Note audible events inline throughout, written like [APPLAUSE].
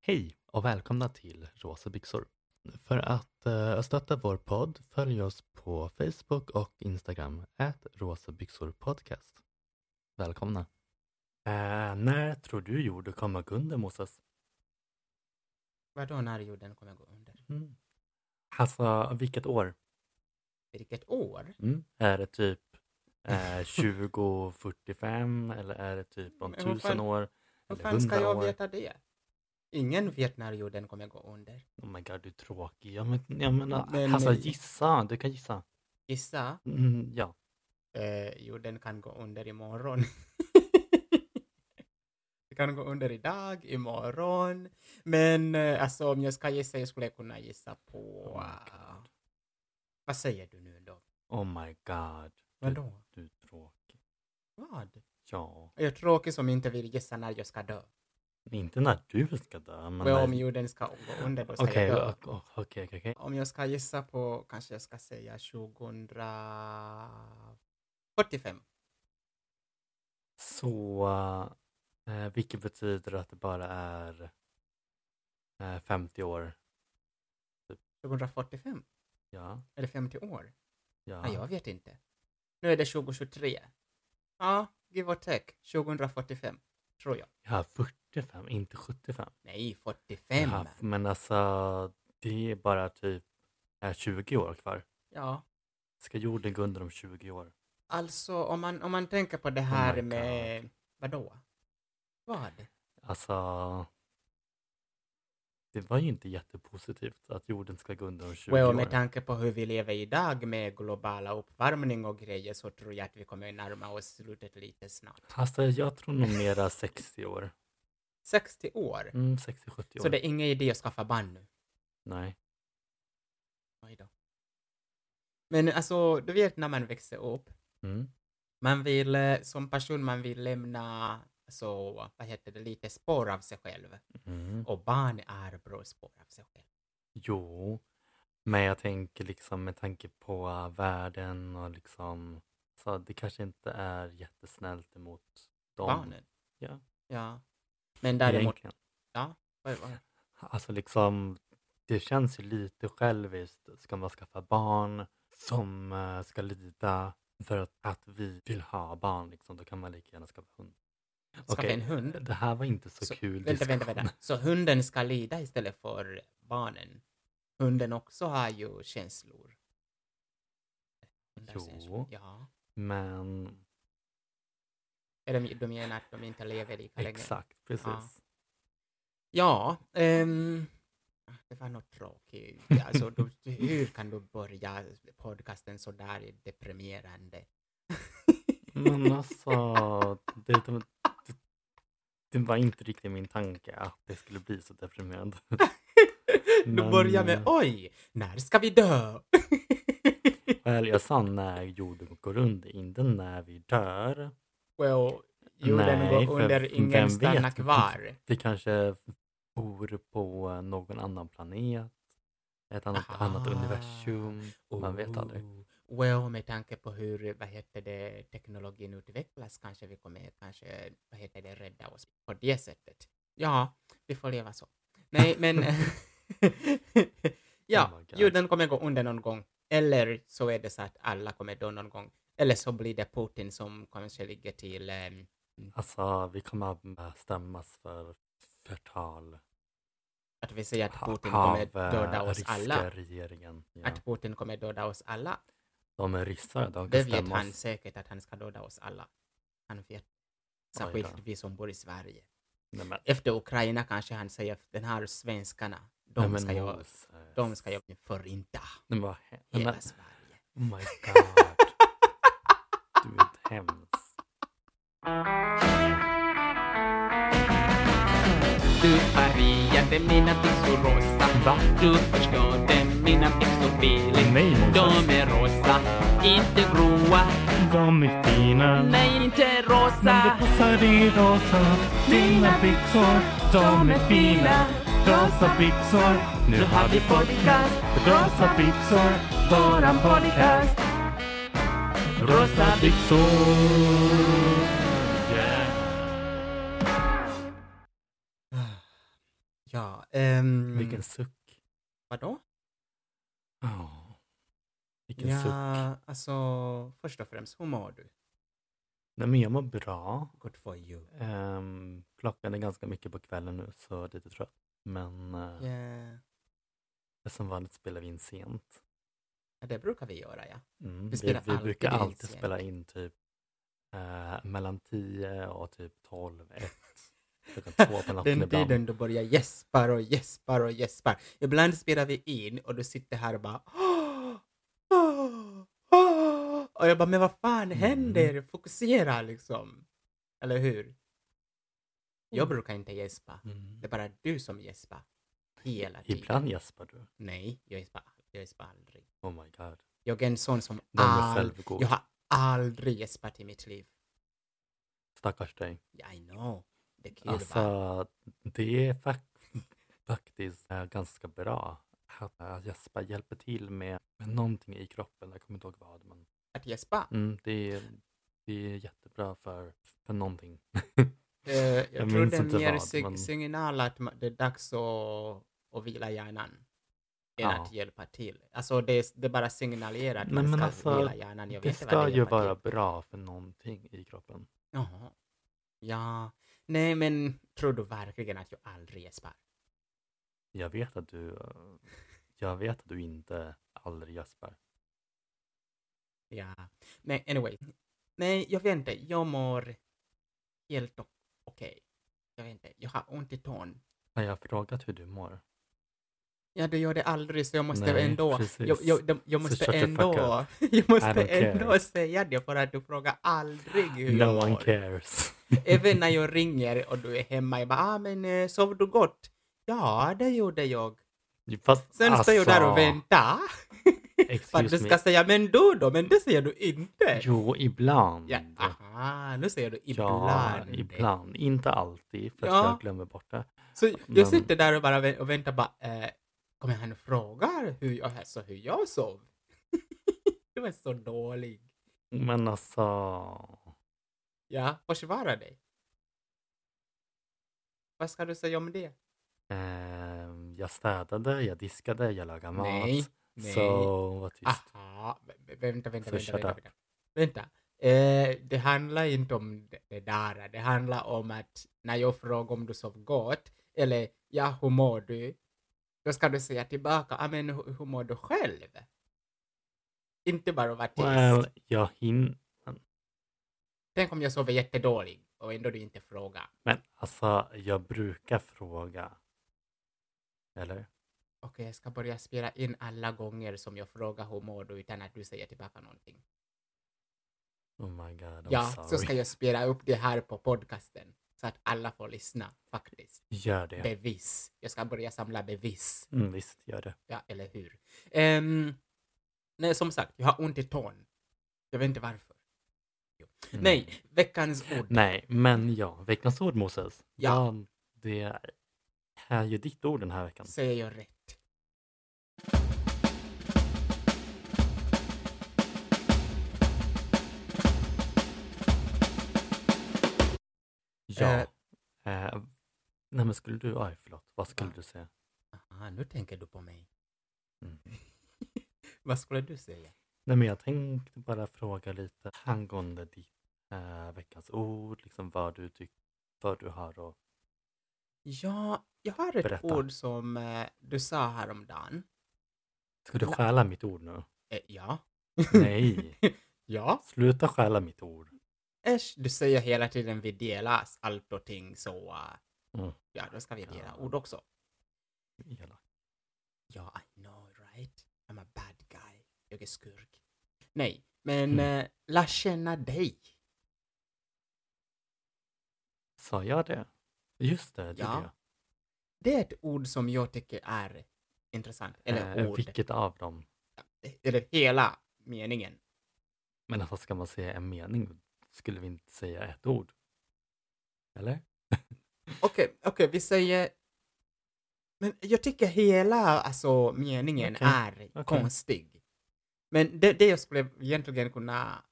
Hej och välkomna till Rosa byxor. För att eh, stötta vår podd följ oss på Facebook och Instagram, ät rosabyxorpodcast. Välkomna. Eh, när tror du jorden kommer gå under, Moses? Vadå när jorden kommer gå under? Mm. Alltså, vilket år? Vilket år? Är det typ eh, [LAUGHS] 2045 eller är det typ om Men vad tusen fan- år? Hur Eller fan ska hundra jag år? veta det? Ingen vet när jorden kommer gå under. Oh my god, du är tråkig. Jag, men, jag menar, Men- alltså men- gissa, du kan gissa. Gissa, Mm, ja. eh, jorden kan gå under imorgon. [LAUGHS] Det kan gå under idag, imorgon. Men eh, alltså om jag ska gissa, jag skulle kunna gissa på... eh, Oh my god. vad säger du nu då? Oh my god. Vadå? Du är tråkig. Vad? Ja, Jag är tråkig som inte vill gissa när jag ska dö. inte när du ska dö. Men Och när... om jorden ska gå under, då ska Okej, jag dö. o- o- okej, okej, okej. Om jag ska gissa på kanske jag ska säga 2045. Så, eh, vilket betyder att det bara är eh, 50 år. 2045? Ja, Eller 50 år? ja. Nej, jag vet inte. Nu är det 2023. Ja, give or take. 2045, tror jag. ja 45, inte 75. Nej, 45! Ja, Ja, men alltså, det är bara typ eh, 20 år kvar. Ska jorden gå under om 20 år? alltså om man, om man tänker på det här Oh my med... Vadå? Vad? Alltså, det var ju inte jättepositivt att jorden ska gå under om 20 Well, år. med tanke på hur vi lever idag med globala uppvärmning och grejer så tror jag att vi kommer närma oss slutet lite snart. Alltså jag tror nog mera 60 år. 60 år? Mm, 60-70 år. Så det är ingen idé att skaffa barn nu? Nej. Oj då. Men alltså, du vet när man växer upp, Mm. man vill, eh, som person, man vill lämna, så, vad heter det, lite spår av sig själv. Mm. Och barn är bra spår av sig själv. Jo, men jag tänker liksom med tanke på eh, världen och liksom så det kanske inte är jättesnällt emot dem. Barnen. Ja. Ja. Men däremot, egentligen. vad- vad- Alltså liksom, det känns ju lite själviskt. Ska man skaffa barn som eh, ska lida för att, att vi vill ha barn liksom, då kan man lika gärna skaffa hund. skaffa Okej, en hund. Det här var inte så, Så- kul Vänta, vänta, diskussion. [LAUGHS] vänta. Så hunden ska lida istället för barnen? Hunden också har ju känslor. Hundar har Jo. känslor. Ja. Men Eller de- de menar att de inte lever lika länge. exakt, precis. Ja, ehm, det var något tråkigt. Alltså, du, du- hur kan du börja podcasten så där deprimerande? Men alltså, det, det, det, det var inte riktigt min tanke att det skulle bli så deprimerande. Du börjar med Men, oj, när ska vi dö? Väl, jag sa när jorden går under, inte när vi dör. Well, jorden Nej, går för under, vem ingen stannar vet? kvar. Vi kanske bor på någon annan planet, ett annat, annat Ah. universum. Man vet aldrig. Oh, Well, med tanke på hur vad heter det, teknologin utvecklas kanske vi kommer kanske, vad heter det, rädda oss på det sättet. Ja, vi får leva så. Nej, men [LAUGHS] ja, Oh my God. jorden kommer gå under någon gång. Eller så är det så att alla kommer dö någon gång. Eller så blir det Putin som kanske ligger till ehm, Alltså, vi kommer att stämmas för förtal att vi säger att ha- Putin av kommer döda eh, oss ryska alla. regeringen. Ja. Att Putin kommer döda oss alla. De är ryssar, de kan Det vet stämma han oss. säkert att han ska döda oss alla. Han vet. Oj då. Särskilt vi som bor i Sverige. Nej, men, Efter Ukraina kanske han säger att den här svenskarna, nej, de men ska jag, Moses. de ska jag förinta Nej, men, vad he- nej, men, hela Sverige. oh [LAUGHS] my god. du är hemsk. Du färgade mina byxor rosa Va? Du förstörde mina byxor feeling Nej, Moses. De är rosa, inte gråa De är fina. Nej, inte rosa passar i rosa. Dina byxor, de är fina. Rosa byxor. Nu har vi podcast Rosa byxor. Våran podcast Rosa byxor. Ja, ehm, Mm. Vilken suck. Vadå? Oh. Vilken suck. Ja, alltså först och främst, hur mår du? Nej, men jag mår bra. Good for you. Um, klockan är ganska mycket på kvällen nu så jag är lite trött. Men eh, Yeah. som vanligt spelar vi in sent. Ja, det brukar vi göra, ja. Mm, Vi vi vi, spelar alltid brukar in alltid sent. spela in typ eh, mellan 10 och typ 12, 1, [LAUGHS] klockan 2 på natten Den ibland. tiden du börjar gäspar och gäspar och gäspar. Ibland spelar vi in och du sitter här och bara "Åh, åh, åh." ah." Och jag bara, men vad fan Mm. händer? Fokusera liksom. Eller hur? Jag brukar inte gäspa. Mm. Det är bara du som gäspar. Hela tiden. Ibland gäspar du. Nej, jag gäspar, jag gäspar aldrig. Oh my god. Jag är en sån som Den är aldrig... självgod. Ah. Jag har aldrig gäspat i mitt liv. Stackars dig. Yeah, I know. Det är kul va? Alltså, det är fak- [LAUGHS] faktiskt eh, ganska bra att eh, gäspa hjälper till med, med någonting i kroppen. Jag kommer inte ihåg vad. Men, Att gäspa. mm, det, är, det är jättebra för, för någonting. Eh, jag, Jag tror minns det är inte mer vad, sig- men- signal att ma- det är dags att, att vila hjärnan. Än Ja. att hjälpa till. Alltså det, är- det bara signalerar att Nej, man men ska alltså, vila hjärnan. Jag Det vet inte vad ska ju hjälper vara till. bra för någonting i kroppen. Jaha. Ja. Nej men tror du verkligen att jag aldrig gäspar? Jag vet att du, eh, jag vet att du inte aldrig gäspar. Ja. Men anyway. Nej, jag vet inte. Jag mår helt o- okej. Jag vet inte. Jag har ont i tån. Har jag frågat hur du mår? Ja, du gör det aldrig, så jag måste Nej, ändå... precis. Jag, jag, de- jag Så måste shut the fuck ändå... up. [LAUGHS] Jag I måste don't care. ändå säga det för att du frågar aldrig hur jag No mår. one cares. [LAUGHS] [LAUGHS] Även när jag ringer och du är hemma, jag bara ah, men eh, sov du gott? Ja, det gjorde jag. Fast, Sen står jag där och alltså, väntar för att du Excuse ska me. säga men du då, men det säger du inte. Jo, ibland. Ja, ah. aha, nu säger du Ja, ibland. ibland. Inte alltid, för att Ja. jag glömmer bort det. Så jag Men- sitter där och bara vä- och väntar bara, eh, kommer han och frågar hur jag, alltså, hur jag sov? [LAUGHS] du är så dålig. Men alltså, Ja, försvara dig. Vad ska du säga om det? ehm, jag städade, jag diskade, jag lagade mat. Nej, nej. Så var tyst. Aha, vä- vä- vänta, vänta, Så vänta, shut vänta. up. vänta. vänta. Eh, det handlar inte om det- det där. Det handlar om att när jag frågar om du sov gott, eller ja, hur mår du? Då ska du säga tillbaka, ja men hur, hur mår du själv? Inte bara vara tyst. Well, jag hin... Tänk om jag sover jättedålig och ändå du inte frågar. Men alltså, jag brukar fråga. Eller? Okej, jag ska börja spela in alla gånger som jag frågar hur mår du utan att du säger tillbaka någonting. Oh my god, I'm ja, sorry. så ska jag spela upp det här på podcasten så att alla får lyssna faktiskt. Gör det. Bevis. Jag ska börja samla bevis. Mm, visst, gör det. Ja, eller hur? Ehm, nej, som sagt, jag har ont i tån. Jag vet inte varför. Mm. Nej, veckans ord. Nej, men ja. Veckans ord, Moses. Ja. Vad- Det är ju ditt ord den här veckan. Säger jag rätt? Ja. Eh, nej men skulle du, aj förlåt, vad skulle Va? du säga? Aha, nu tänker du på mig. Mm. [LAUGHS] Vad skulle du säga? Nej men jag tänkte bara fråga lite angående ditt eh, veckans ord, liksom vad du tycker, vad du har och Ja, jag har ett Berätta. ord som eh, du sa häromdagen. Ska du Nej. stjäla mitt ord [LAUGHS] nu? Eh, ja. Nej, Ja. sluta stjäla mitt ord. Äsch, du säger hela tiden vi delar allt och ting så eh, Mm. ja, då ska vi dela Ja. ord också. Elak. Ja, I know right? I'm a bad guy. Jag är skurk. Nej, men Mm. eh, lär känna dig. Sa jag det? Just det, det Ja, gjorde Det är ett ord som jag tycker är intressant. jag. Eller Eh, ord. vilket av dem? Eller hela meningen. Men alltså ska man säga en mening skulle vi inte säga ett ord. Eller? Okej, okej, vi säger... Men jag tycker hela alltså, meningen Okej, är konstig. Men det, det jag skulle egentligen kunna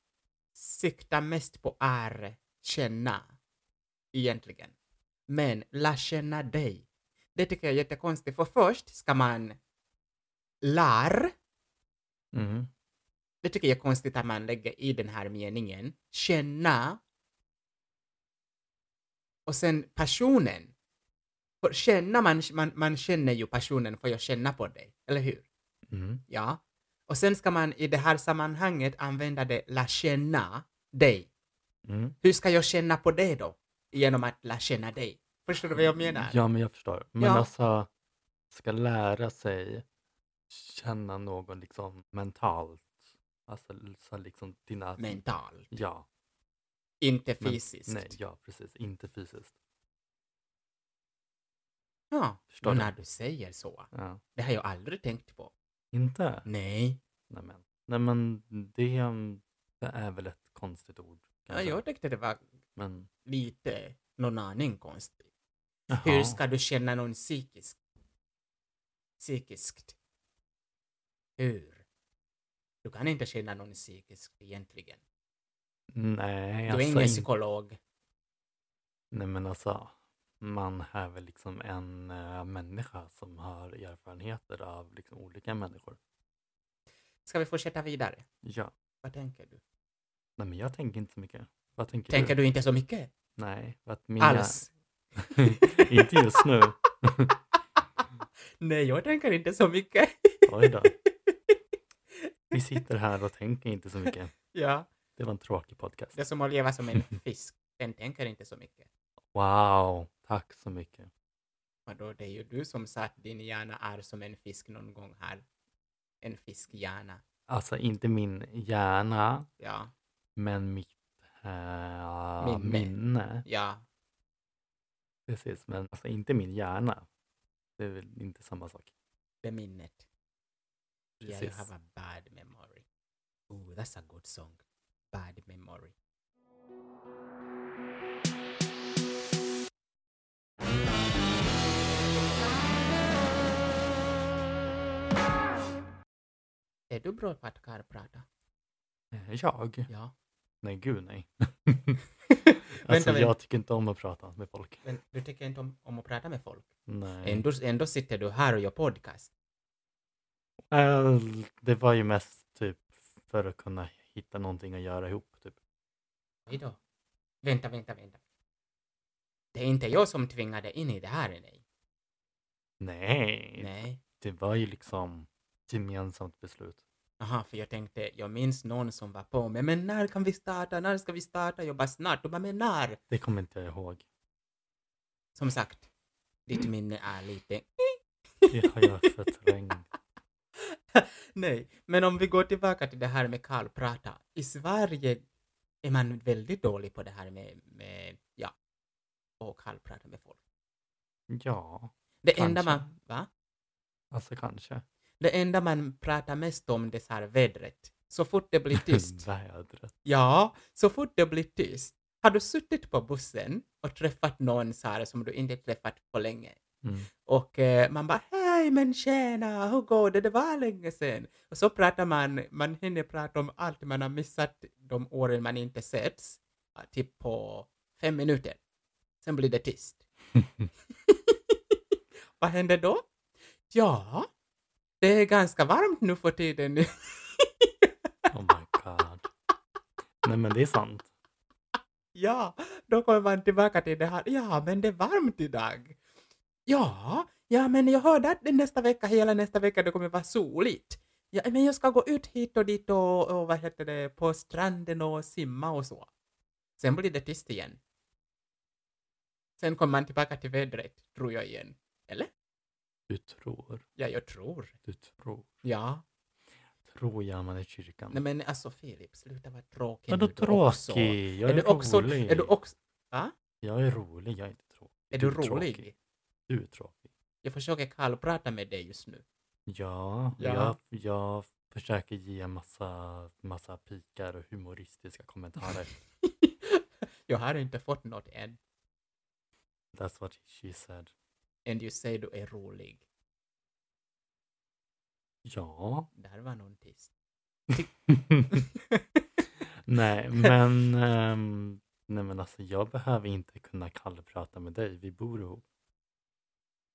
sikta mest på är känna, egentligen. Men lär känna dig. Det tycker jag är jättekonstigt, för först ska man lär, Mm. det tycker jag är konstigt att man lägger i den här meningen, känna och sen personen. För känna, man, man, man känner ju personen för jag känna på dig, eller hur? Mm. Ja. Och sen ska man i det här sammanhanget använda det lära känna dig. Mm. Hur ska jag känna på dig då? Genom att lära känna dig. Förstår du vad jag menar? Ja, men jag förstår. Men Ja. alltså, ska lära sig känna någon liksom mentalt. Alltså så liksom dina... Mental, Ja. inte men- fysiskt. Nej, ja precis. Inte fysiskt. Ja, Förstår men du? när du säger så. Ja. Det har jag aldrig tänkt på. Inte? Mm. Nej. Nej men, nej, men det, det är väl ett konstigt ord. Ja, kanske. jag tyckte det var Men, lite, någon aning konstigt. Hur Jaha. ska du känna någon psykiskt? Psykiskt. Hur? Du kan inte känna någon psykiskt egentligen. Nej, Du alltså, är ingen in- psykolog. nej men alltså, man är väl liksom en eh, människa som har erfarenheter av liksom, olika människor. Ska vi fortsätta vidare? Ja, Vad tänker du? nej men jag tänker inte så mycket. Vad tänker, Tänker du inte så mycket? Nej, vad min Alls? inte just [LAUGHS] nu. Nej, jag tänker inte så mycket. [LAUGHS] Oj då. Vi sitter här och tänker inte så mycket. ja, Det var en tråkig podcast. det är som att leva som en fisk. Den tänker inte så mycket. Wow, tack så mycket. Vadå, det är ju du som sa att din hjärna är som en fisk någon gång här. En fiskhjärna. Alltså inte min hjärna, Ja, Men mitt eh, Minne. minne. ja. Precis, men alltså inte min hjärna. Det är väl inte samma sak. Det minnet. Yeah, you Precis. have a bad memory. Ooh, that's a good song. Bad memory. Är du bra på att karlprata? Eh, Jag? [LAUGHS] Ja. [LAUGHS] Nej, gud nej. alltså Vänta, men, jag tycker inte om att prata med folk. men du tycker inte om, om att prata med folk? Nej. Ändå, ändå sitter du här och gör podcast. Eh, det var ju mest typ för att kunna hitta någonting att göra ihop. Typ. Oj då. Vänta, vänta, vänta. Det är inte jag som tvingar dig in i det här, nej. Nej, Nej. det var ju liksom ett gemensamt beslut. Aha, för jag tänkte, jag minns någon som var på mig, men när kan vi starta, när ska vi starta? Jag bara snart, du bara, men när? Det kommer inte jag ihåg. Som sagt, [CLEARS THROAT] ditt minne är lite... Det har jag förträngt. [LAUGHS] Nej, men om vi går tillbaka till det här med kallprata. I Sverige är man väldigt dålig på det här med, med ja, och kallprata med folk. Ja, Det enda Kanske. man, va? alltså kanske. Det enda man pratar mest om det är så här vädret. Så fort det blir [LAUGHS] tyst Vädret. Ja, så fort det blir tyst. Har du suttit på bussen och träffat någon så här som du inte träffat på länge Mm. och eh, man bara hej men tjena, hur går det? Det var länge sedan. Och så pratar man, man hinner prata om allt man har missat de åren man inte setts, eh, typ på fem minuter. Sen blir det tyst. [LAUGHS] Vad händer då? Ja, det är ganska varmt nu för tiden. Oh my god. Nej men det är sant. Ja, då kommer man tillbaka till det här. Ja, men det är varmt idag. Ja, ja, men jag hörde att det nästa vecka, hela nästa vecka, det kommer vara soligt. Ja, men jag ska gå ut hit och dit och, och vad heter det, på stranden och simma och så. Sen blir det tyst igen. Sen kommer man tillbaka till vädret, tror jag igen. Du tror, Ja, jag tror. du tror. Ja. Tror jag man är i kyrkan. Nej, men alltså Filip, sluta vara tråkig Vadå nu du också. tråkig? Jag Är är, du också, rolig. är du också, Jag är rolig, jag är inte tråkig. är du är tråkig. rolig? Du är tråkig. Jag försöker kallprata med dig just nu. Ja, Ja. Jag, jag försöker ge massa, massa pikar och humoristiska kommentarer. Jag har inte fått något än. That's what she said. And you say du är rolig. Ja. [LAUGHS] Där var någon tyst. nej, men, ehm, nej men alltså jag behöver inte kunna kallprata med dig. Vi bor ihop.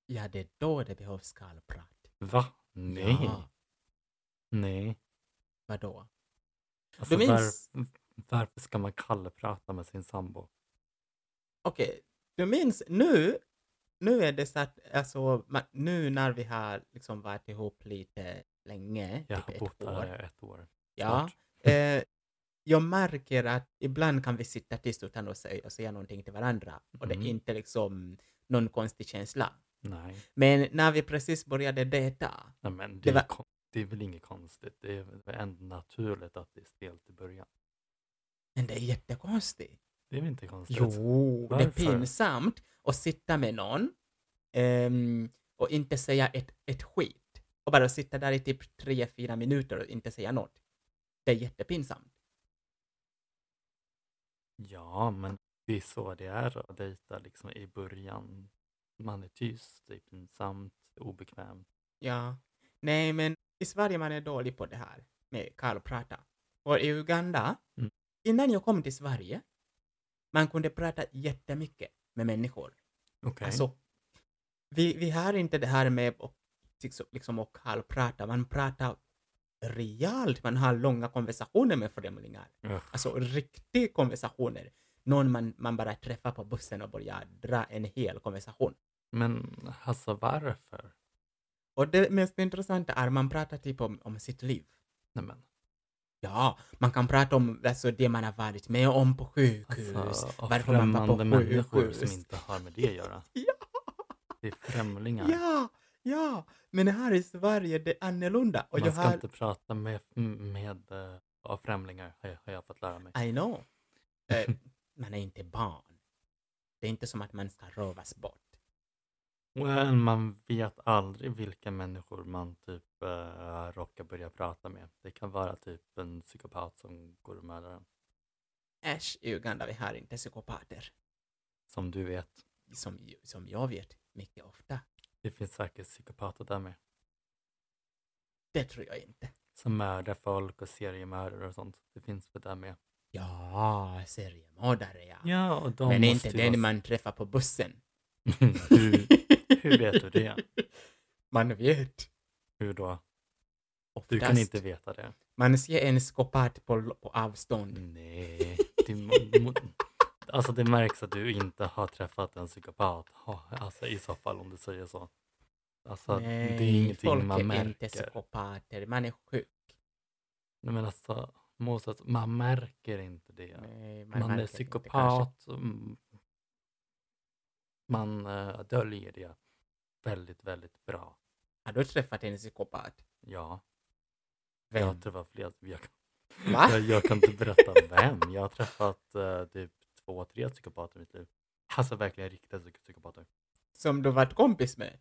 Ja, det är då det behövs skallprat. Va? Nej. Ja, Nej. vadå? Alltså, Du minns- var, varför ska man kallprata med sin sambo? Okej, du minns nu, nu är det så att alltså, man, nu när vi har liksom varit ihop lite länge, Jag typ har bott ett år. där ett år. Ja, snart. eh, jag märker att ibland kan vi sitta tyst utan att säga, att säga någonting till varandra och det Mm. är inte liksom någon konstig känsla. Nej. Men när vi precis började dejta, Nej men det, Det är var- kon- det är väl inget konstigt. Det är väl ändå naturligt att det är stelt i början. men det är jättekonstigt. Det är väl inte konstigt? Jo, det är Varför? pinsamt att sitta med någon ehm, och inte säga ett, ett skit. Och bara sitta där i typ tre fyra minuter och inte säga något. Det är jättepinsamt. Ja, men det är så det är att dejta liksom i början. Man är tyst, det är pinsamt, obekvämt. Ja. Nej, men i Sverige man är dålig på det här med kallprata. Och i Uganda, Mm. innan jag kom till Sverige, man kunde prata jättemycket med människor. Okej. Alltså, vi, vi har inte det här med och, liksom och halvprata, man pratar rejält, man har långa konversationer med främlingar. Ugh. Alltså riktiga konversationer. Någon man, man bara träffar på bussen och börjar dra en hel konversation. Men alltså varför? Och det mest intressanta är man pratar typ om, om sitt liv. Nej men, Ja, man kan prata om alltså, det man har varit med om på sjukhus. alltså, av varför man var på främmande människor som sjukhus. inte har med det att göra. [LAUGHS] Ja. Det är främlingar. Ja, ja, men här i Sverige det är annorlunda. Och Man jag ska har... inte prata med, med eh, av främlingar, har jag, har jag fått lära mig. [LAUGHS] I know. Eh, man är inte barn. Det är inte som att man ska rövas bort. Well, man vet aldrig vilka människor man typ eh, råkar börja prata med. Det kan vara typ en psykopat som går och mördar en. Äsch, i Uganda vi har inte psykopater. Som du vet, Som, som jag vet, mycket ofta. det finns säkert psykopater där med. Det tror jag inte. Som mördar folk och seriemördare och sånt. Det finns väl där med. Ja, seriemördare ja. Ja, och de men måste inte ju den vara- man träffar på bussen. [LAUGHS] hur, hur vet du det? [LAUGHS] Man vet. Hur då? Oftast. Du kan inte veta det. Man ser en skopat på, på avstånd. Nej, det, må- må- alltså det märks att du inte har träffat en psykopat. Ja, Alltså i så fall om du säger så. Alltså det är folk ingenting man är inte märker. psykopater. Man är sjuk. Nej men alltså Moses, man märker inte det. Nej, man märker är inte kanske. psykopat. mm. man eh, döljer det väldigt, väldigt bra. Har du träffat en psykopat? Ja, Vem? [LAUGHS] jag träffar fler. Jag, Va? jag, jag kan inte berätta vem. Jag har träffat eh, typ två, tre psykopater i mitt liv. Alltså verkligen riktiga psyk- psykopater. Som du varit kompis med?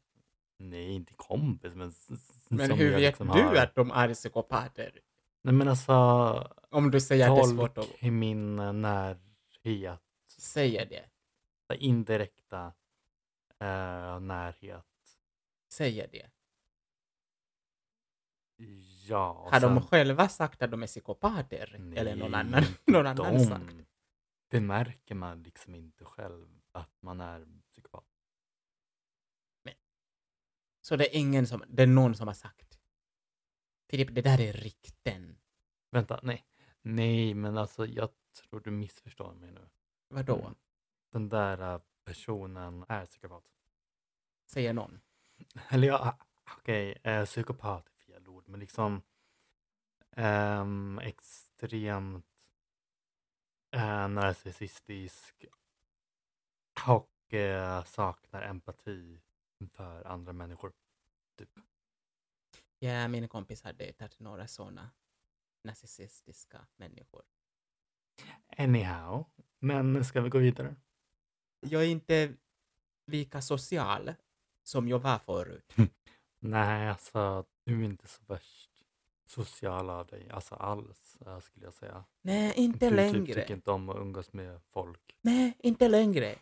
Nej, inte kompis, men... s- s- Men som hur jag vet liksom du har- att de är psykopater? Nej, men alltså, Om du säger att det är svårt att folk i min eh, närhet, säga det. indirekta eh, närhet. Säga det. Ja, och Har de sen- själva sagt att de är psykopater? Eller någon Nej, annan, [LAUGHS] någon annan de- sagt? Det märker man liksom inte själv, att man är psykopat. Så det är ingen som, det är någon som har sagt. Filip, det där är rykten. Vänta, nej. Nej, men alltså jag tror du missförstår mig nu. Vadå? Mm. Den där eh, personen är psykopat. Säger någon. Eller ja, ah, okej, eh, psykopat är fel ord, men liksom ehm, extremt eh, narcissistisk och eh, saknar empati för andra människor. Ja, min kompis har dejtat några sådana narcissistiska människor. Anyhow, men nu ska vi gå vidare? Jag är inte lika social som jag var förut. Nej, alltså du är inte så värst social av dig, alltså alls eh, skulle jag säga. Nej, inte du längre. Typ, tycker inte om att umgås med folk. Nej, [LAUGHS] inte längre.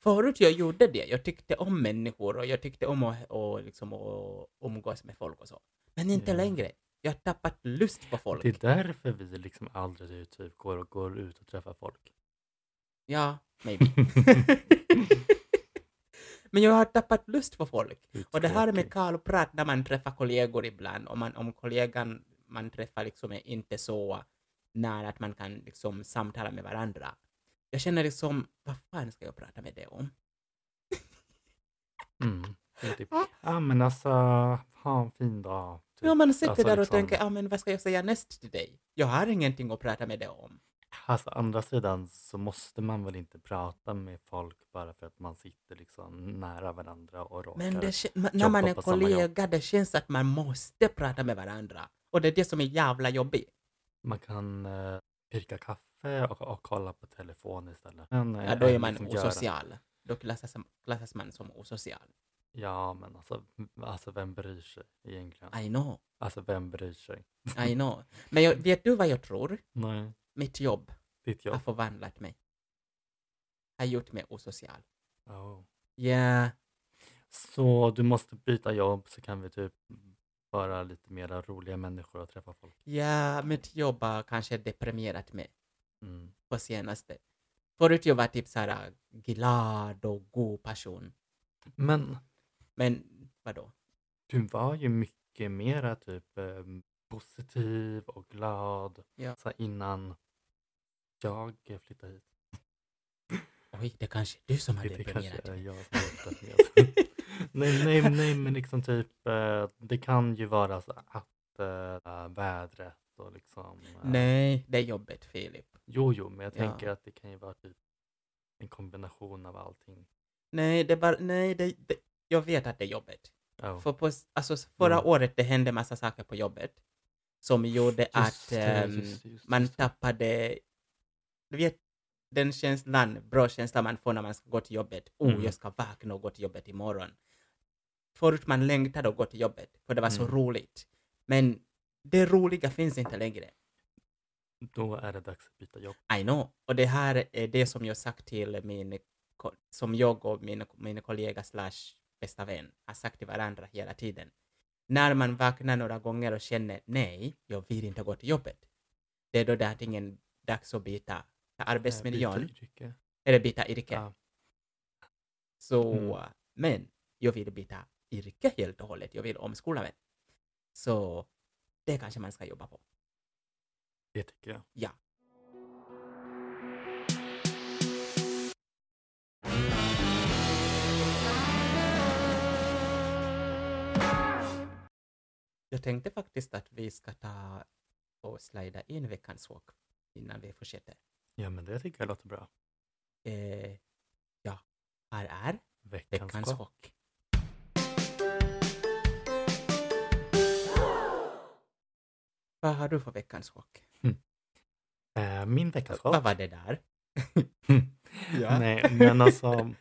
Förut jag gjorde det. Jag tyckte om människor och jag tyckte om att, och liksom, att umgås med folk och så. Men inte Ja. längre. Jag har tappat lust på folk. Det är därför vi liksom aldrig typ går, och går [LAUGHS] ut och träffar folk. Ja, maybe. Men jag har tappat lust för folk. Du Och det här med tråkig. kalprat när man träffar kollegor ibland, om, man, om kollegan man träffar liksom är inte så nära att man kan liksom samtala med varandra. Jag känner liksom, vad fan ska jag prata med dig om? Typ. Mm. Det är typ, ja men alltså, ha en fin dag. Typ. Ja, man sitter Alltså, där och liksom- tänker, ah, men vad ska jag säga näst till dig? Jag har ingenting att prata med dig om. Alltså andra sidan så måste man väl inte prata med folk bara för att man sitter liksom nära varandra och råkar. Men det, kän- ma- när jobba man är på samma jobb. kollega, det känns att man måste prata med varandra. Och det är det som är jävla jobbigt. Man kan eh, dricka kaffe och, och kolla på telefon istället. Men, eh, Ja, då är eller man liksom göra- osocial. Då klassas, klassas man som osocial. Ja, men alltså, alltså vem bryr sig egentligen? I know, Alltså vem bryr sig? [LAUGHS] I know. Men jag, vet du vad jag tror? Nej, Mitt jobb ditt jobb. har förvandlat mig. Har gjort mig osocial. Oh. Ja, Så du måste byta jobb så kan vi typ vara lite mera roliga människor och träffa folk. ja, mitt jobb har kanske deprimerat mig. Mm. på senaste. Förut jag var typ så här glad och god person. Men Men vadå? du var ju mycket mera typ eh, positiv och glad Ja. så här innan jag flyttade hit. Typ, Oj, det kanske är du som har Det, det kanske deprimerat är mig. jag som har flyttat [LAUGHS] hit. nej, nej, nej, men liksom typ eh, det kan ju vara så att eh, vädret och liksom. eh, [LAUGHS] Nej, det är jobbigt Filip. Jo, jo, men jag Ja. tänker att det kan ju vara typ en kombination av allting. Nej, det är bara, nej, det, det, jag vet att det är jobbigt. Oh. För på, alltså, förra Mm. året det hände massa saker på jobbet som gjorde att det, ehm, just det, just det, man just det. tappade, du vet, den känslan, bra känsla man får när man ska gå till jobbet. Oh, Mm. jag ska vakna och gå till jobbet imorgon. Förut man längtade att gå till jobbet, för det var så Mm. roligt. Men det roliga finns inte längre. Då är det dags att byta jobb. I know. Och det här är det som jag sagt till min, ko- som jag och min, min kollega slash bästa vän har sagt till varandra hela tiden. När man vaknar några gånger och känner nej, jag vill inte gå till jobbet. Det är då det är antingen dags att byta Eh, arbetsmiljön byta yrke. eller byta yrke. Ja. Så, Mm. men jag vill byta yrke helt och hållet. Jag vill omskola mig. Så det kanske man ska jobba på. Det tycker jag. Ja. Jag tänkte faktiskt att vi ska ta och slida in veckans walk innan vi fortsätter. Ja, men det tycker jag låter bra. Eh, ja, här är Veckans, veckans kock. walk. Vad har du för veckans walk? Eh, Min veckans Vad kock. var det där? [LAUGHS] Ja. Nej, men [LAUGHS] alltså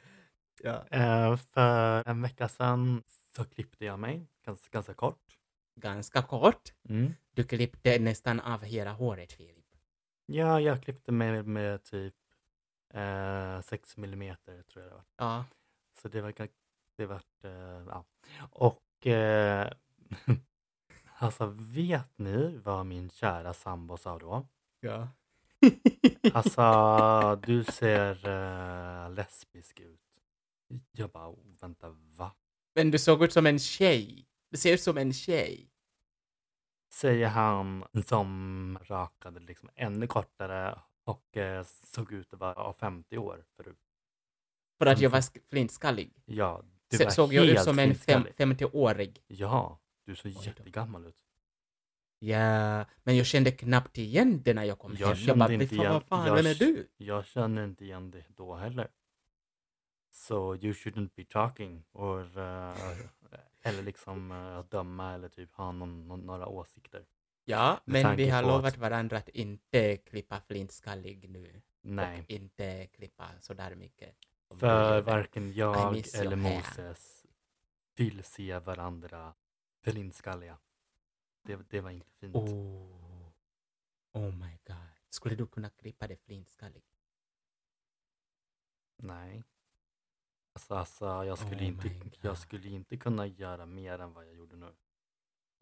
Ja. eh, för en vecka sedan så klippte jag mig ganska, ganska kort. Ganska kort. Mm. Du klippte nästan av hela håret, Filip. Ja, jag klippte mig med typ eh, 6 millimeter tror jag det var. Ja. Så det var, ga- det var eh, ja. Och eh, [LAUGHS] alltså vet ni vad min kära sambo sa då? ja. Alltså du ser eh, lesbisk ut. Jag bara "Oh, vänta va? Men du såg ut som en tjej. Du ser ut som en tjej. Säger han som rakade liksom ännu kortare och eh, såg ut att vara 50 år förut. För att jag var sk- flintskallig. Ja, du Se- var såg jag ut helt som en fem- flintskallig. 50-årig? Ja, du såg då. jättegammal ut. Ja, men jag kände knappt igen det när jag kom Jag hem. kände bara, inte "Vad fan, igen- Vad fan, jag vem är k- du? Jag känner inte igen det då heller. So you shouldn't be talking. Or, eh, eller liksom eh, att döma eller typ ha någon, någon, några åsikter. Ja, Med men tanke vi har på att- lovat varandra att inte klippa flintskallig nu. Nej, Och inte klippa sådär mycket. för varken I miss jag your eller hair. Moses vill se varandra blindskalliga. Det, det var inte fint. Oh. oh my god. Skulle du kunna klippa det flintskallig? Nej. Alltså, alltså jag, skulle Oh inte, my jag God. skulle inte kunna göra mer än vad jag gjorde nu.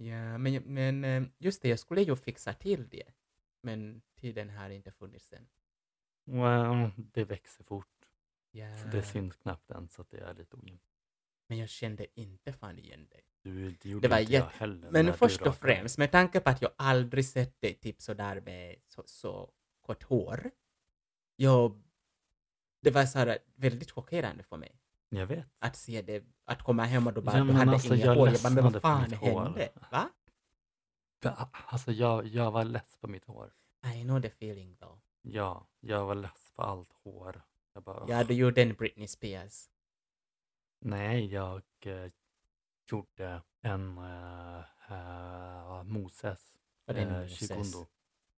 Ja, men, men eh, just det, jag skulle ju fixa till det. Men tiden har inte funnits än. Well, det växer fort. Ja, Eh. Så det syns knappt ens att det är lite ojämnt. Men jag kände inte fan igen dig. Du, det Det gjorde var inte jag jätte- heller. när Men du först och rakade mig. främst, med tanke på att jag aldrig sett dig typ sådär med så, så kort hår. Jag, det var såhär väldigt chockerande för mig. Jag vet. Att se det, att komma hem och då bara, Ja, du men hade alltså, inga jag hår. Jag bara, men ledsnade vad på fan mitt hår. hände? Va? Det- Alltså jag, jag var less på mitt hår. I know the feeling though. Ja, jag var less på allt hår. Jag bara, Ja, du gjorde en Britney Spears. Nej, jag eh, gjorde en eh, eh, Moses. Var det en eh, Moses? Shigundo.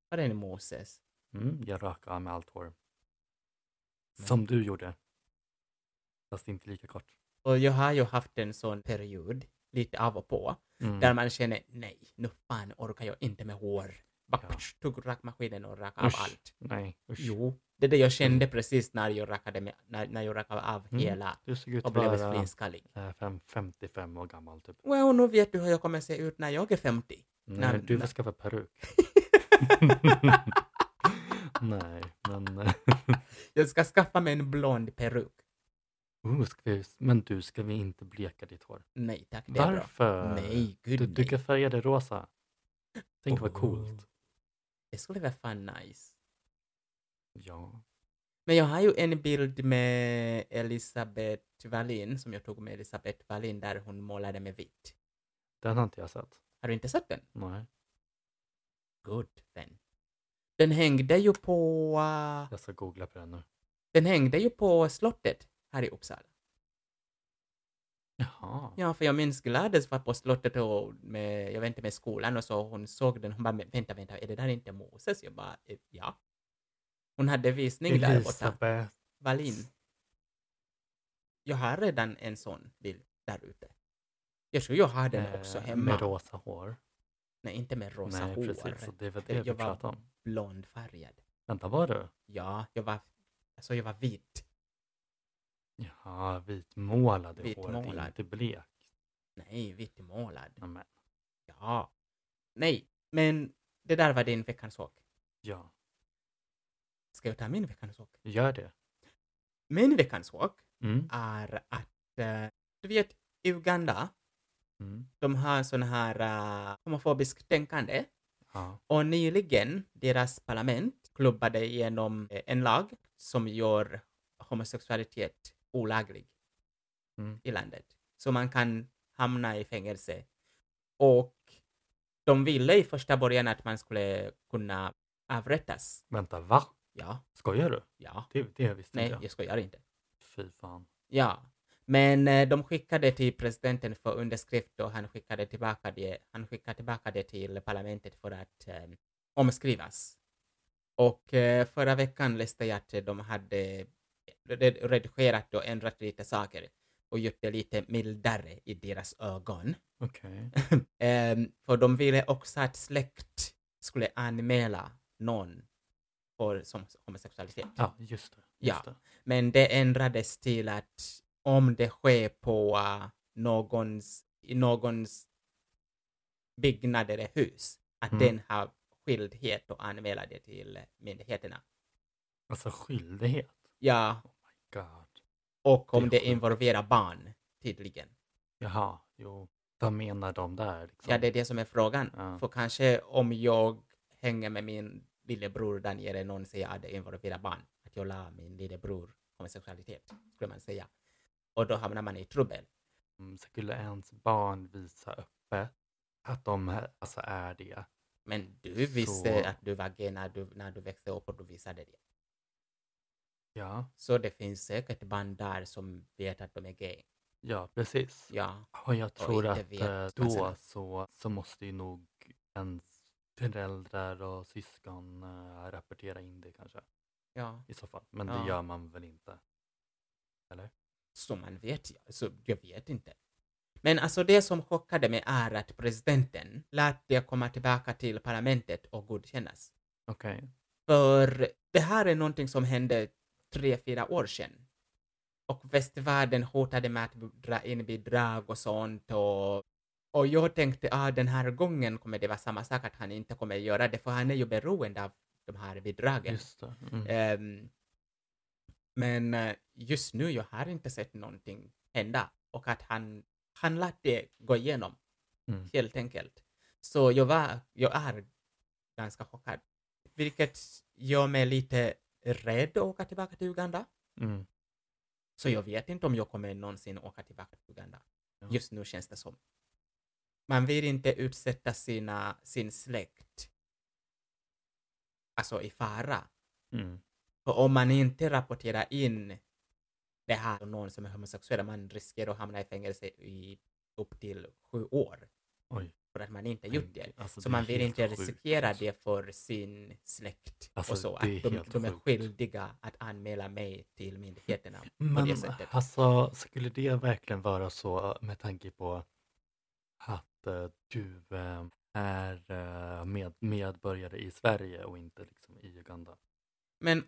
Var det en Moses? Mm, jag rakade av mig allt hår. Som du gjorde. Fast inte lika kort. Och jag har ju haft en sån period, lite av och på, Mm. där man känner nej, nu fan orkar jag inte med hår. Bara Ja. psh, tog rakmaskinen och rakade av Usch. allt. Nej, usch. Jo, det är det jag kände precis när jag rakade, med, när, när jag rakade av Mm. hela Du såg ut och att blev vara flinskallig. eh, fem- 55 år gammal typ. Wow, nu vet du hur jag kommer se ut när jag är 50. Nej, Nej, du får nej. skaffa [LAUGHS] peruk. nej, men... eh, Jag ska skaffa mig en blond peruk. Oh, ska vi, men du, ska vi inte bleka ditt hår? Nej tack, det är bra. Varför? Nej, gud Du, nej. Oh. du kan färga det rosa. Tänk vad coolt. Det skulle vara fan nice. Ja. Men jag har ju en bild med Elisabeth Wallin som jag tog med Elisabeth Wallin där hon målade med vitt. Den har inte jag sett. Har du inte sett den? Nej. Good then. Den hängde ju på, uh, Jag ska googla på den nu. den hängde ju på slottet här i Uppsala. Jaha. Ja, för jag minns Gladys var på slottet och med, jag väntade med skolan och så hon såg den. Hon bara, "Men vänta, vänta, är det där inte Moses? Jag bara, "Eh, ja. Hon hade visning där borta. Elisabeth. Wallin. Jag har redan en sån bild där ute. Jag tror jag har den eh, också hemma. Med rosa hår. Nej, inte med rosa Nej, hår. precis. Så det är väl det Jag vi var- pratar om. Blondfärgad. Vänta, var du? Ja, jag var, alltså jag var vit. Ja, vitmålade Vitmålad. håret, inte blek. Nej, vitmålad. Nämen, Ja. Nej, men det där var din veckans sak. ja, Ska jag ta min veckans sak? gör det. Min veckans sak Mm. är att, eh, du vet, i Uganda, Mm. de har sån här uh, homofobiskt tänkande. Ja. Och nyligen, deras parlament klubbade igenom eh, en lag som gör homosexualitet olaglig Mm. i landet. Så man kan hamna i fängelse. Och de ville i första början att man skulle kunna avrättas. Vänta, va? Ja, Skojar du? ja. Det, det visste Nej, inte jag. jag skojar inte. Fy fan. Ja, men eh, de skickade till presidenten för underskrift och han skickade tillbaka det, han skickade tillbaka det till parlamentet för att eh, omskrivas. Och eh, förra veckan läste jag att de hade red- redigerat och ändrat lite saker och gjort det lite mildare i deras ögon. Mm. Okej. Ehm, för de ville också att släkt skulle anmäla någon för som homosexualitet. Ja, just det. Ja. Just det. Men det ändrades till att om det sker på uh, någons, i någons byggnad eller hus, att Mm. den har skyldighet att anmäla det till myndigheterna. Alltså skyldighet. Ja, God. och om Det är det sjukt. involverar barn tydligen. Jaha, jo. Vad menar de där? Liksom? Ja, det är det som är frågan. Ja. För kanske om jag hänger med min lillebror Daniel eller någon säger att det involverar barn, att jag lär min lillebror homosexualitet, skulle man säga. Och då hamnar man i trubbel. Mm, Skulle ens barn visa öppet att de här- alltså, är det? Men du visste Så- att du var gay när du, när du växte upp och du visade det. Ja, Så det finns säkert barn där som vet att de är gay. ja precis. Ja, Och jag tror inte att vet eh, massorna. då så, så måste ju nog ens föräldrar och syskon eh, rapportera in det kanske ja. i så fall. Men Ja. det gör man väl inte? Så man vet ju. Så jag vet inte. Men alltså det som chockade mig är att presidenten lät det komma tillbaka till parlamentet och godkännas. Okej. För det här är någonting som hände tre, fyra år sedan. Och västvärlden hotade med att dra in bidrag och sånt och, och jag tänkte ah, den här gången kommer det vara samma sak att han inte kommer göra det för han är ju beroende av de här bidragen. Just det. Mm. eh, Ehm, men eh, just nu, jag har inte sett någonting hända. och att han, han lät det gå igenom Mm. helt enkelt. Så jag, var, jag är ganska chockad, vilket gör mig lite rädd att åka tillbaka till Uganda. Mm. Så jag vet inte om jag kommer någonsin åka tillbaka till Uganda. Ja. Just nu känns det som. Man vill inte utsätta sina, sin släkt alltså i fara. Mm. För om man inte rapporterar in det här om någon som är homosexuell, man riskerar att hamna i fängelse i upp till sju år Oj. för att man inte men gjort det. alltså, det Så är man vill helt inte sjukt. riskera det för sin släkt Alltså, och så. Att det är de, helt de är sjukt. skyldiga att anmäla mig till myndigheterna på Men det sättet. alltså, skulle det verkligen vara så med tanke på att eh, du eh, är eh, med, medborgare i Sverige och inte liksom i Uganda? Men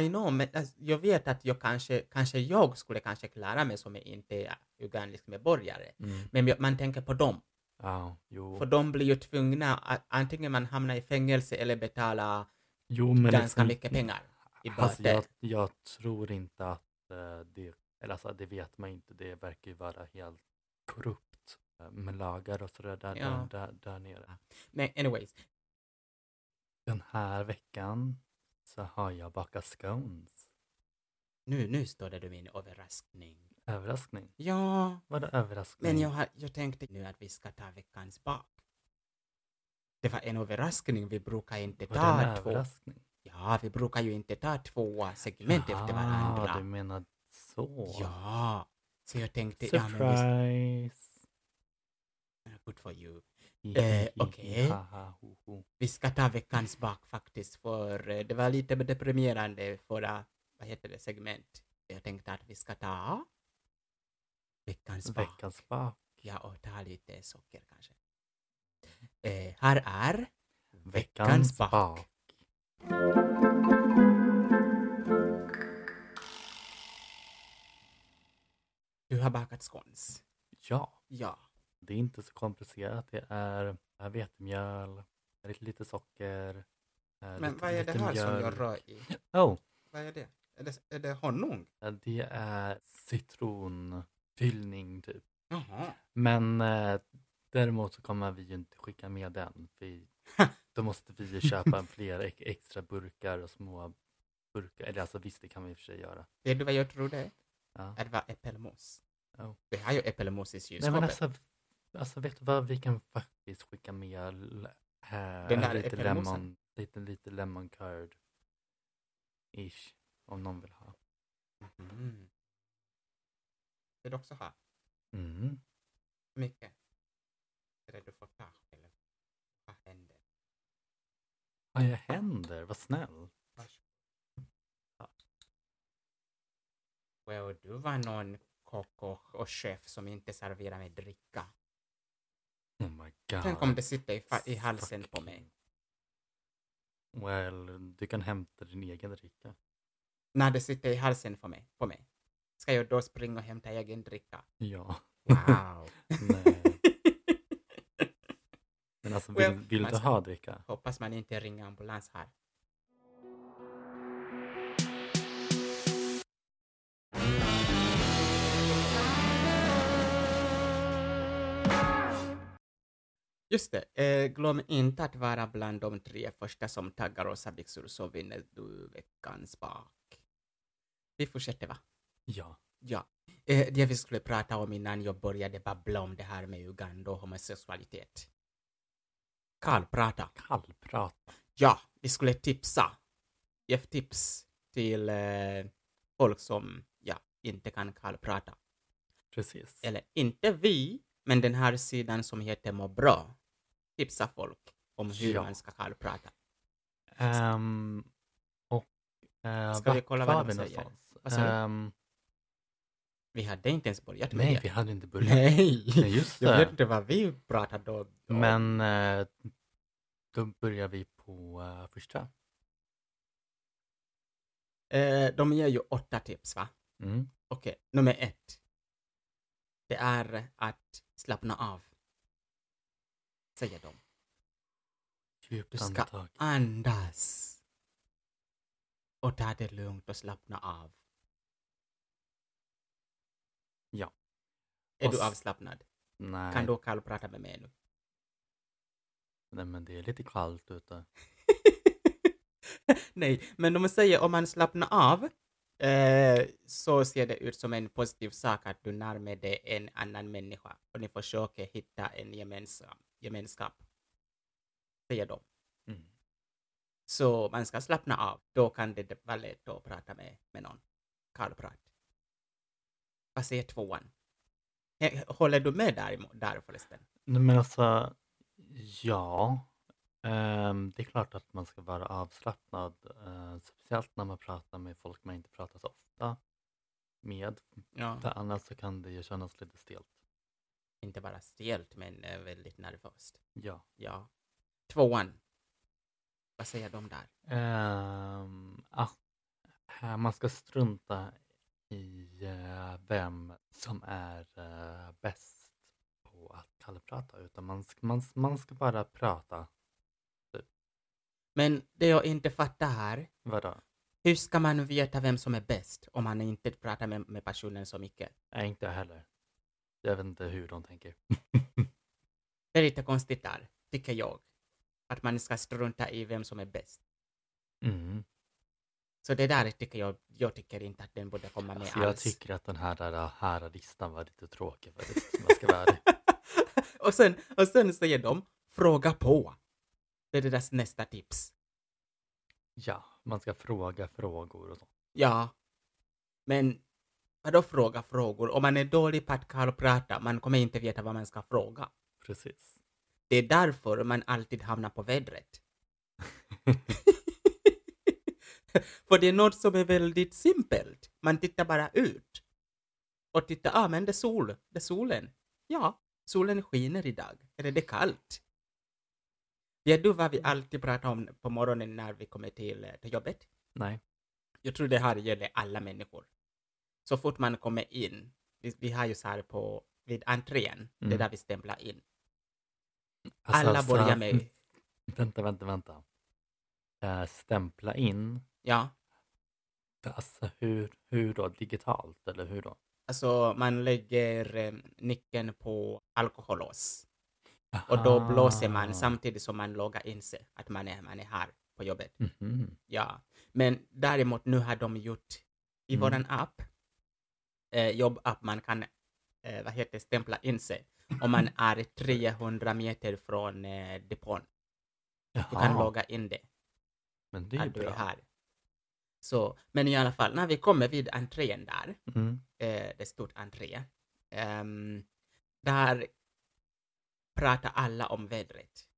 I know, men alltså, jag vet att jag kanske, kanske jag skulle kanske klara mig som inte är ugandisk medborgare. Mm. Men jag- man tänker på dem. Ja, jo. För de blir ju tvungna att antingen man hamnar i fängelse eller betala jo men ganska liksom- mycket pengar i böter. Alltså, jag, jag tror inte att eh, det, eller alltså, det vet man inte, det verkar ju vara helt korrupt eh, med lagar och sådär där, Ja. där, där, där nere. Men anyways, Den här veckan så har jag bakat scones. nu, nu står det min överraskning. Överraskning. Ja, Vadå överraskning? men jag, har, jag tänkte nu att vi ska ta veckans bak. Det var en överraskning, vi brukar inte Var det en ta två. överraskning? Ja, vi brukar ju inte ta två segment efter varandra. Ah, du menar så. Ja, så jag tänkte, ja men visst, Surprise! good for you. Hi, Eh, hi, hi, hi, okej. ha, ha, ho, ho. Vi ska ta veckans bak faktiskt, för eh, det var lite deprimerande förra, vad heter det, segment. Jag tänkte att vi ska ta veckans bak. Veckans bak. Ja, och ta lite socker kanske. Eh, här är Veckans, bak. Du har bakat scones. Ja. Ja. Det är inte så komplicerat. Det är eh, vetemjöl, lite, lite socker. eh, Men lite- vad är det lite här som mjölk. jag rör i? Oh, Vad är det? Är det, är det honung? eh, det är citronfyllning typ. Jaha. Men eh, däremot så kommer vi ju inte skicka med den. Vi, [LAUGHS] då måste vi ju köpa fler ex- extra burkar och små burkar. Eller alltså visst, det kan vi i och för sig göra. Vet du vad jag trodde? Ja. Att Äh, det var äppelmos. Ja. Vi har ju äppelmos i kylskåpet. Nej, men alltså, alltså, vet du vad? Vi kan faktiskt skicka med eh, Den där lite, äppelmosen. lemon, lite, lite lemon curd. Ish, om någon vill ha. Mm. Vill du också ha? Mm. Mycket? Eller du får ta själv. Vad händer? Vad jag händer? Vad snäll. Well, du var någon kock och, och chef som inte serverar mig dricka. Oh my god. Tänk om det sitter i, fa- i halsen på mig. Fucking- Well, du kan hämta din egen dricka. När det sitter i halsen på mig, på mig. Ska jag då springa och hämta egen dricka? [LAUGHS] Ja. Wow! Nej. Men alltså, vill, Well, vill man du ska- ha dricka? Hoppas man inte ringer ambulans här. Just det, eh, glöm inte att vara bland de tre första som taggar oss av byxor så vinner du veckans bak. Vi fortsätter va? Ja. Ja. Eh, det vi skulle prata om innan jag började babbla om det här med Uganda och homosexualitet. Karl, prata. Kallprat. Ja, vi skulle tipsa. Ge tips till eh, folk som ja, inte kan kallprata. Precis. Eller inte vi, men den här sidan som heter Må bra. Tipsa folk om hur Ja. man ska kallprata. Ehm, och uh, Ska vi kolla vad de säger? Vad sa du? Vi hade inte ens börjat med Ehm, nej, det. vi hade inte börjat. Nej, [LAUGHS] Nej, just jag vet det. inte vad vi pratade om. Men eh, då börjar vi på eh, första. Eh, de ger ju åtta tips va? Mm. Okej, nummer ett. Det är att slappna av. Säger de. Djupt Du ska- andetag. Andas. Och ta det lugnt och slappna av. Är Och du s- avslappnad? Nej, Kan du åka och prata med mig nu? nej, men det är lite kallt ute. Nej, men de säger om man slappnar av eh, så ser det ut som en positiv sak att du närmar dig en annan människa och ni försöker hitta en gemensam, gemenskap. Säger de. Mm. Så man ska slappna av. Då kan det vara lätt att prata med, med någon. Kallprat. Vad säger tvåan? Eh, Håller du med där, emo- där förresten? Nej, men alltså, ja. Ehm, det är klart att man ska vara avslappnad. eh, speciellt när man pratar med folk man inte pratar så ofta med. Ja. För annars så kan det ju kännas lite stelt. Inte bara stelt, men eh, väldigt nervöst. Ja. Ja. Tvåan. Vad säger de där? Ehm, att här man ska strunta i eh, vem som är eh, bäst på att kallprata. Utan man ska, man, man ska bara prata. Men det jag inte fattar här, Vadå? hur ska man veta vem som är bäst om man inte pratar med, med personen så mycket? Nej, inte jag heller. Jag vet inte hur de tänker. Det är lite konstigt där, tycker jag. Att man ska strunta i vem som är bäst. Mm. Så det där tycker jag, jag tycker inte att den borde komma med Alltså, jag alls. tycker att den här, där- här listan var lite tråkig faktiskt. om Jag ska vara [LAUGHS] ärlig. [LAUGHS] och, sen, och sen säger de, fråga på. Det är deras nästa tips. Ja, man ska fråga frågor och sånt. Ja. Men vadå fråga frågor? Om man är dålig på att kallprata, man kommer inte veta vad man ska fråga. Precis. Det är därför man alltid hamnar på vädret. [LAUGHS] För det är något som är väldigt simpelt. Man tittar bara ut. Och tittar, ah men det är sol, det är solen. Ja, solen skiner idag. Eller det är kallt. Vet du vad vi alltid pratar om på morgonen när vi kommer till, eh, till jobbet? Nej. Jag tror det här gäller alla människor. Så fort man kommer in, vi, vi har ju så här på, vid entrén, det Mm. där vi stämplar in. Alltså, alla alltså, börjar med, [LAUGHS] Vänta, vänta, vänta. Eh, stämpla in. ja, Alltså hur, hur då? Digitalt eller hur då? alltså man lägger eh, nyckeln på alkoholås och Ah. då blåser man samtidigt som man loggar in sig, att man är, man är här på jobbet. Mhm. Ja, men däremot nu har de gjort i Mm. våran app, eh, jobbapp, man kan eh, vad heter det, stämpla in sig [LAUGHS] om man är 300 meter från eh, depån. Du kan Jaha, logga in det, Men det är ju att du är bra. här. Så, men i alla fall, när vi kommer vid entrén där, Mm. eh, det är stort entré, ehm, där pratar alla om vädret.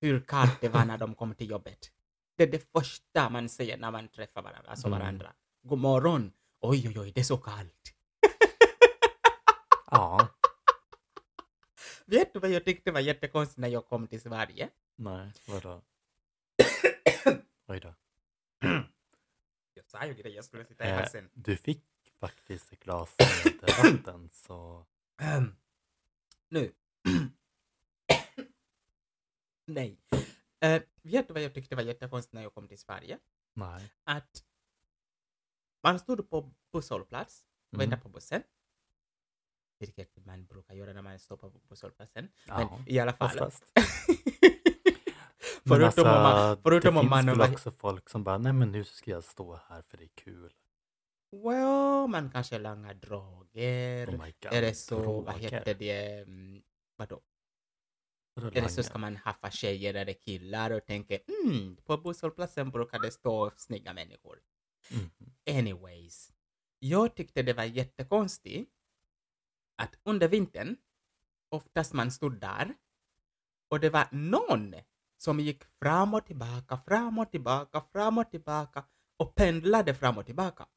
Hur kallt det var när de kom till jobbet. Det är det första man säger när man träffar varandra, alltså Mm. varandra. God morgon! Oj, oj, oj, det är så kallt. Ja, Vet du vad jag tyckte var jättekonstigt när jag kom till Sverige? nej, vadå? Oj då. Jag sa ju grejer, jag skulle sitta Eh, du fick faktiskt ett glas med [COUGHS] vatten så Ahem. nu. Nej. Eh, vet du vad jag tyckte var jättekonstigt när jag kom till Sverige? nej. Att man stod på busshållplats och väntade Mm. på bussen. Vilket man brukar göra när man står på busshållplatsen. Ja, Men i alla fall. [LAUGHS] oftast. Men förutom om man... alltså, förutom det om man- finns vad- väl också folk som bara, nej men nu ska jag stå här för det är kul. Well, man kanske langar droger. Oh my god. är det så, vad droger. heter det, mm, vadå? Vadå Eller så langar? ska man haffa tjejer eller killar och tänka mm, på busshållplatsen brukar det stå snygga människor. Mm. Anyways, jag tyckte det var jättekonstigt att under vintern, oftast man stod där och det var någon som gick fram och tillbaka, fram och tillbaka, fram och tillbaka och pendlade fram och tillbaka.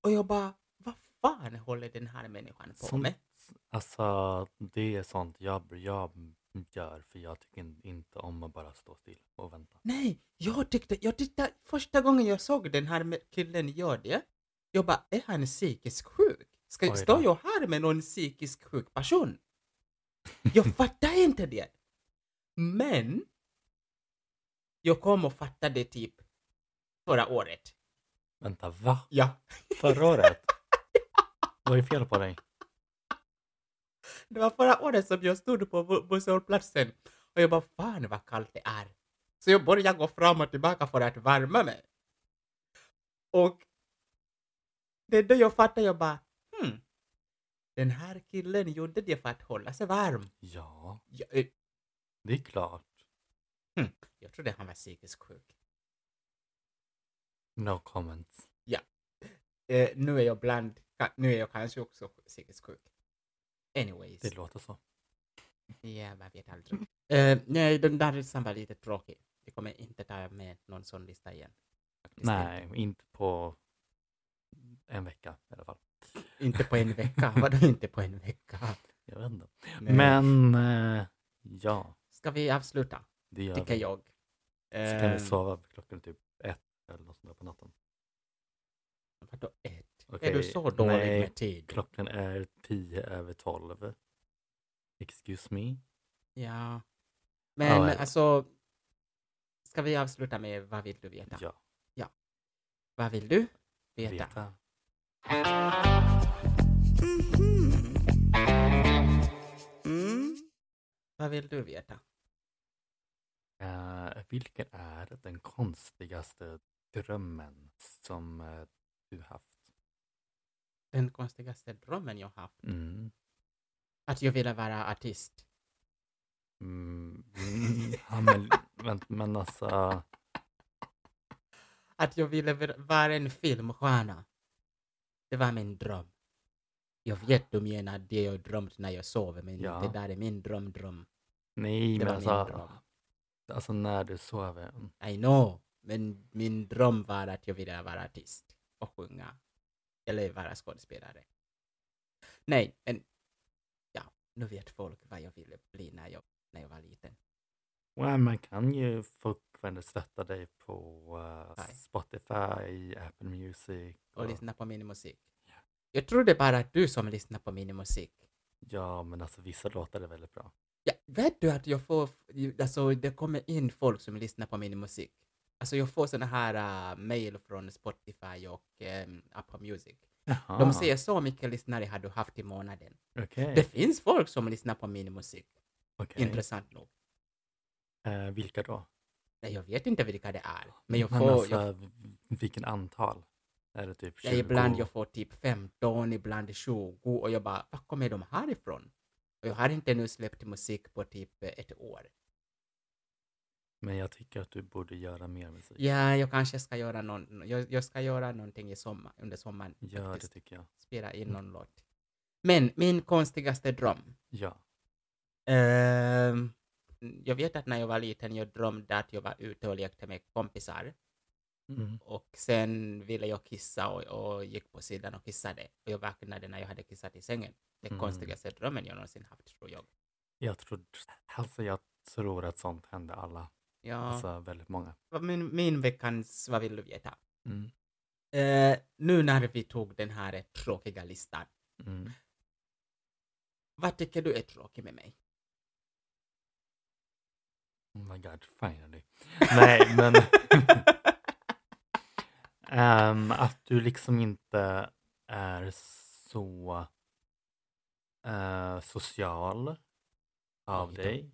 Och jag bara, vad fan håller den här människan på med? Sånt, alltså det är sånt jag, jag gör för jag tycker in- inte om att bara stå still och vänta. Nej, jag tyckte, jag tyckte första gången jag såg den här med- killen göra det, jag bara, är han psykisk sjuk? Ska, Oj står då. jag här med någon psykisk sjuk person? [LAUGHS] Jag fattar inte det. Men, jag kom och fattade det typ förra året. Vänta, va? Ja. [LAUGHS] Förra året? Vad är fel på dig? Det var förra året som jag stod på bu- busshållplatsen och jag bara fan vad kallt det är. Så jag började gå fram och tillbaka för att värma mig. Och det är då jag fattade, jag bara hmm, den här killen gjorde det för att hålla sig varm. Ja, Jag, eh, det är klart. jag trodde han var psykiskt sjuk. No comments. Eh, nu är jag bland, ka- nu är jag kanske också psykiskt sjuk. Anyways. Det låter så. Ja, man vet aldrig. Eh, nej, den där listan var lite tråkig. Vi kommer inte ta med någon sån lista igen. Faktiskt Nej, inte på en vecka i alla fall. Inte, inte på en vecka. [LAUGHS] Vadå inte på en vecka? Jag vet inte. Nej. Men eh, ja, Ska vi avsluta? det gör Tycker vi. jag. Så kan vi Eh, sova klockan typ ett eller något sånt där på natten. Vadå ett? Okej, Är du så dålig nej. med tid? Klockan är tio över tolv. Excuse me. Ja. Ja, Men eller- alltså, ska vi avsluta med vad vill du veta? Ja, Vad vill du veta? veta. Mm-hmm. Mm. Vad vill du veta? Eh, vilken är den konstigaste drömmen som eh, du haft? Den konstigaste drömmen jag haft? Mm. Att jag ville vara artist. Mm. mm, Ja, men, vänt, men alltså, Att jag ville ver- vara en filmstjärna. Det var min dröm. Jag vet du menar det jag drömt när jag sov, men Ja. det där är min drömdröm. nej Det men var min alltså, dröm. alltså när du sover. mm. I know, men min dröm var att jag ville vara artist och sjunga. Eller vara skådespelare. Nej, men ja, nu vet folk vad jag ville bli när jag, när jag var liten. Ja, eh, man kan ju fortfarande stötta dig på eh, Nej. Spotify, Apple Music. Och och- lyssna på min musik. Jag tror det är bara du som lyssnar på min musik. Ja, men alltså vissa låtar är väldigt bra. Ja, vet du att jag får, alltså det kommer in folk som lyssnar på min musik. Alltså jag får såna här uh, mail från Spotify och um, Apple Music. Jaha, De säger så mycket lyssnare har du haft i månaden. Ah. Okej, Det finns folk som lyssnar på min musik, okej. intressant nog. Eh, vilka då? Nej, Jag vet inte vilka det är, men jag Men får, alltså, jag, v- vilken antal? Är det typ 20? ja, ibland jag får typ 15, ibland 20 och jag bara, var kommer de här ifrån? Och jag har inte nu släppt musik på typ eh, ett år. Men jag tycker att du borde göra mer musik. Ja, jag kanske ska göra någon, jag, jag ska göra någonting i sommar, under sommaren. Gör det Mm. faktiskt. tycker jag. Spela in någon låt. Men min konstigaste dröm. Ja. Ehm, jag vet att när jag var liten, jag drömde att jag var ute och lekte med kompisar. Mm. Och sen ville jag kissa och, och gick på sidan och kissade. Och jag vaknade när jag hade kissat i sängen. Det Mm. konstigaste drömmen jag någonsin haft, tror jag. Jag, tror, alltså, jag tror att sånt händer alla. Ja, Alltså väldigt många. vad min, min veckans Vad vill du veta? Mm. Eh, nu när vi tog den här eh, tråkiga listan, Mm. vad tycker du är tråkigt med mig? Oh my god, finally. Nej, men ehm, att du liksom inte är så eh, social av Oj då. dig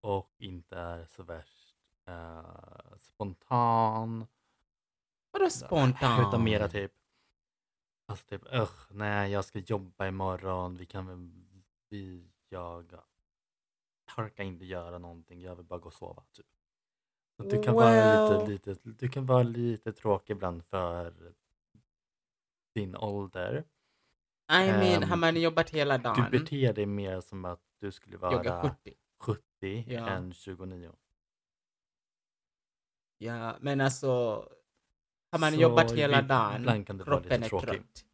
och inte är så värst eh, spontan. Vadå spontant? Utan mera typ, alltså typ, "Ugh, nej jag ska jobba imorgon, vi kan väl, vi, jag orkar inte göra någonting, jag vill bara gå och sova. Typ. Så att Du kan, vara Well. lite, lite, du kan vara lite tråkig ibland för din ålder. I mean, Ehm, har man jobbat hela dagen? Du beter dig mer som att du skulle jag är vara 70. 70 Ja. än 29. Ja, men alltså, har man Så jobbat hela ibland dagen, kan du vara kroppen lite är tråkig. trött.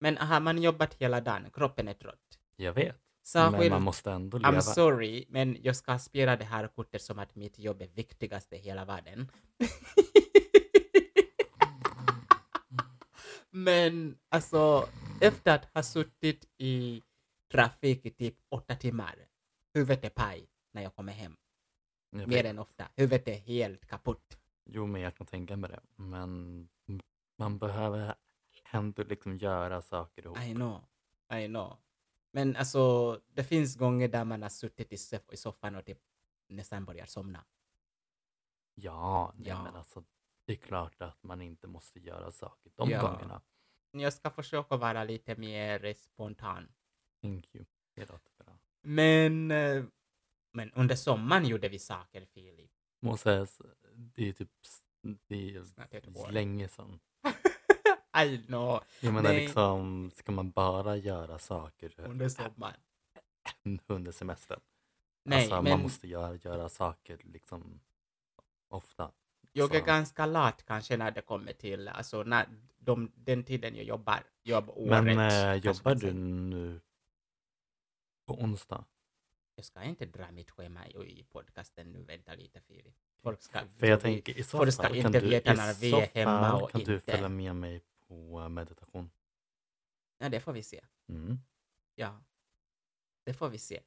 Men har man jobbat hela dagen, kroppen är trött. Jag vet, men Särskilt, man måste ändå leva. I'm sorry, men jag ska spela det här kortet som att mitt jobb är viktigast i hela världen. [LAUGHS] men alltså, efter att ha suttit i trafik i typ åtta timmar, huvudet är paj när jag kommer hem. Jag Mer vet. än ofta. Huvudet är helt kaputt. Jo, men jag kan tänka mig det. Men man behöver ändå liksom göra saker ihop. I know, I know. Men alltså, det finns gånger där man har suttit i, soff- i soffan och typ nästan börjar somna. Ja, nej, Ja. men alltså det är klart att man inte måste göra saker de Ja. gångerna. Jag ska försöka vara lite mer spontan. Thank you. Det låter bra. Men, eh, men under sommaren gjorde vi saker, Filip. Måste jag s- det är typ s- det Snart ett är år. länge sedan. I know, Jag menar Nej. liksom, ska man bara göra saker eh, under sommaren. under semestern? Nej, alltså, men man måste göra, göra saker liksom ofta. jag är så- ganska lat kanske när det kommer till, alltså när de, den tiden jag jobbar, jobbåret. Men eh, kanske jobbar man du säger. nu på onsdag? Jag ska inte dra mitt schema i i podcasten nu, vänta lite Filip. Folk ska, För jag tänker i så för fall du ska kan inte du, veta i när vi så är hemma fall och kan du inte. följa med mig på eh, meditation. Ja, det får vi se. Mm. Ja, det får vi se.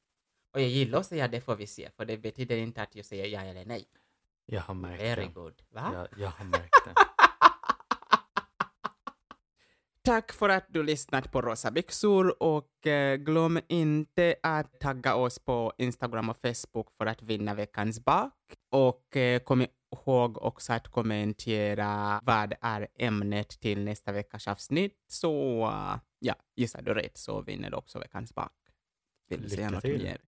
Och jag gillar att säga det får vi se, för det betyder inte att jag säger ja eller nej. Jag har märkt Very det. good. Va? Jag, jag har märkt [LAUGHS] det. Tack för att du lyssnat på Rosa byxor och eh, glöm inte att tagga oss på Instagram och Facebook för att vinna veckans bak. Och eh, kom ihåg också att kommentera vad är ämnet till nästa veckas avsnitt. Så eh, ja, gissar du rätt så vinner du också veckans bak. Vill du säga Lycka något till. mer?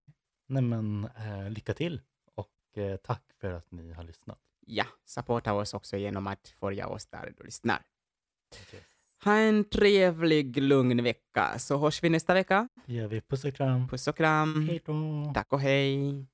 Nej men eh, lycka till och eh, tack för att ni har lyssnat. Ja, supporta oss också genom att följa oss där du lyssnar. Yes. Ha en trevlig, lugn vecka så hörs vi nästa vecka. Gör vi puss och kram. Mm. Puss och kram. Hej då. Tack och hej.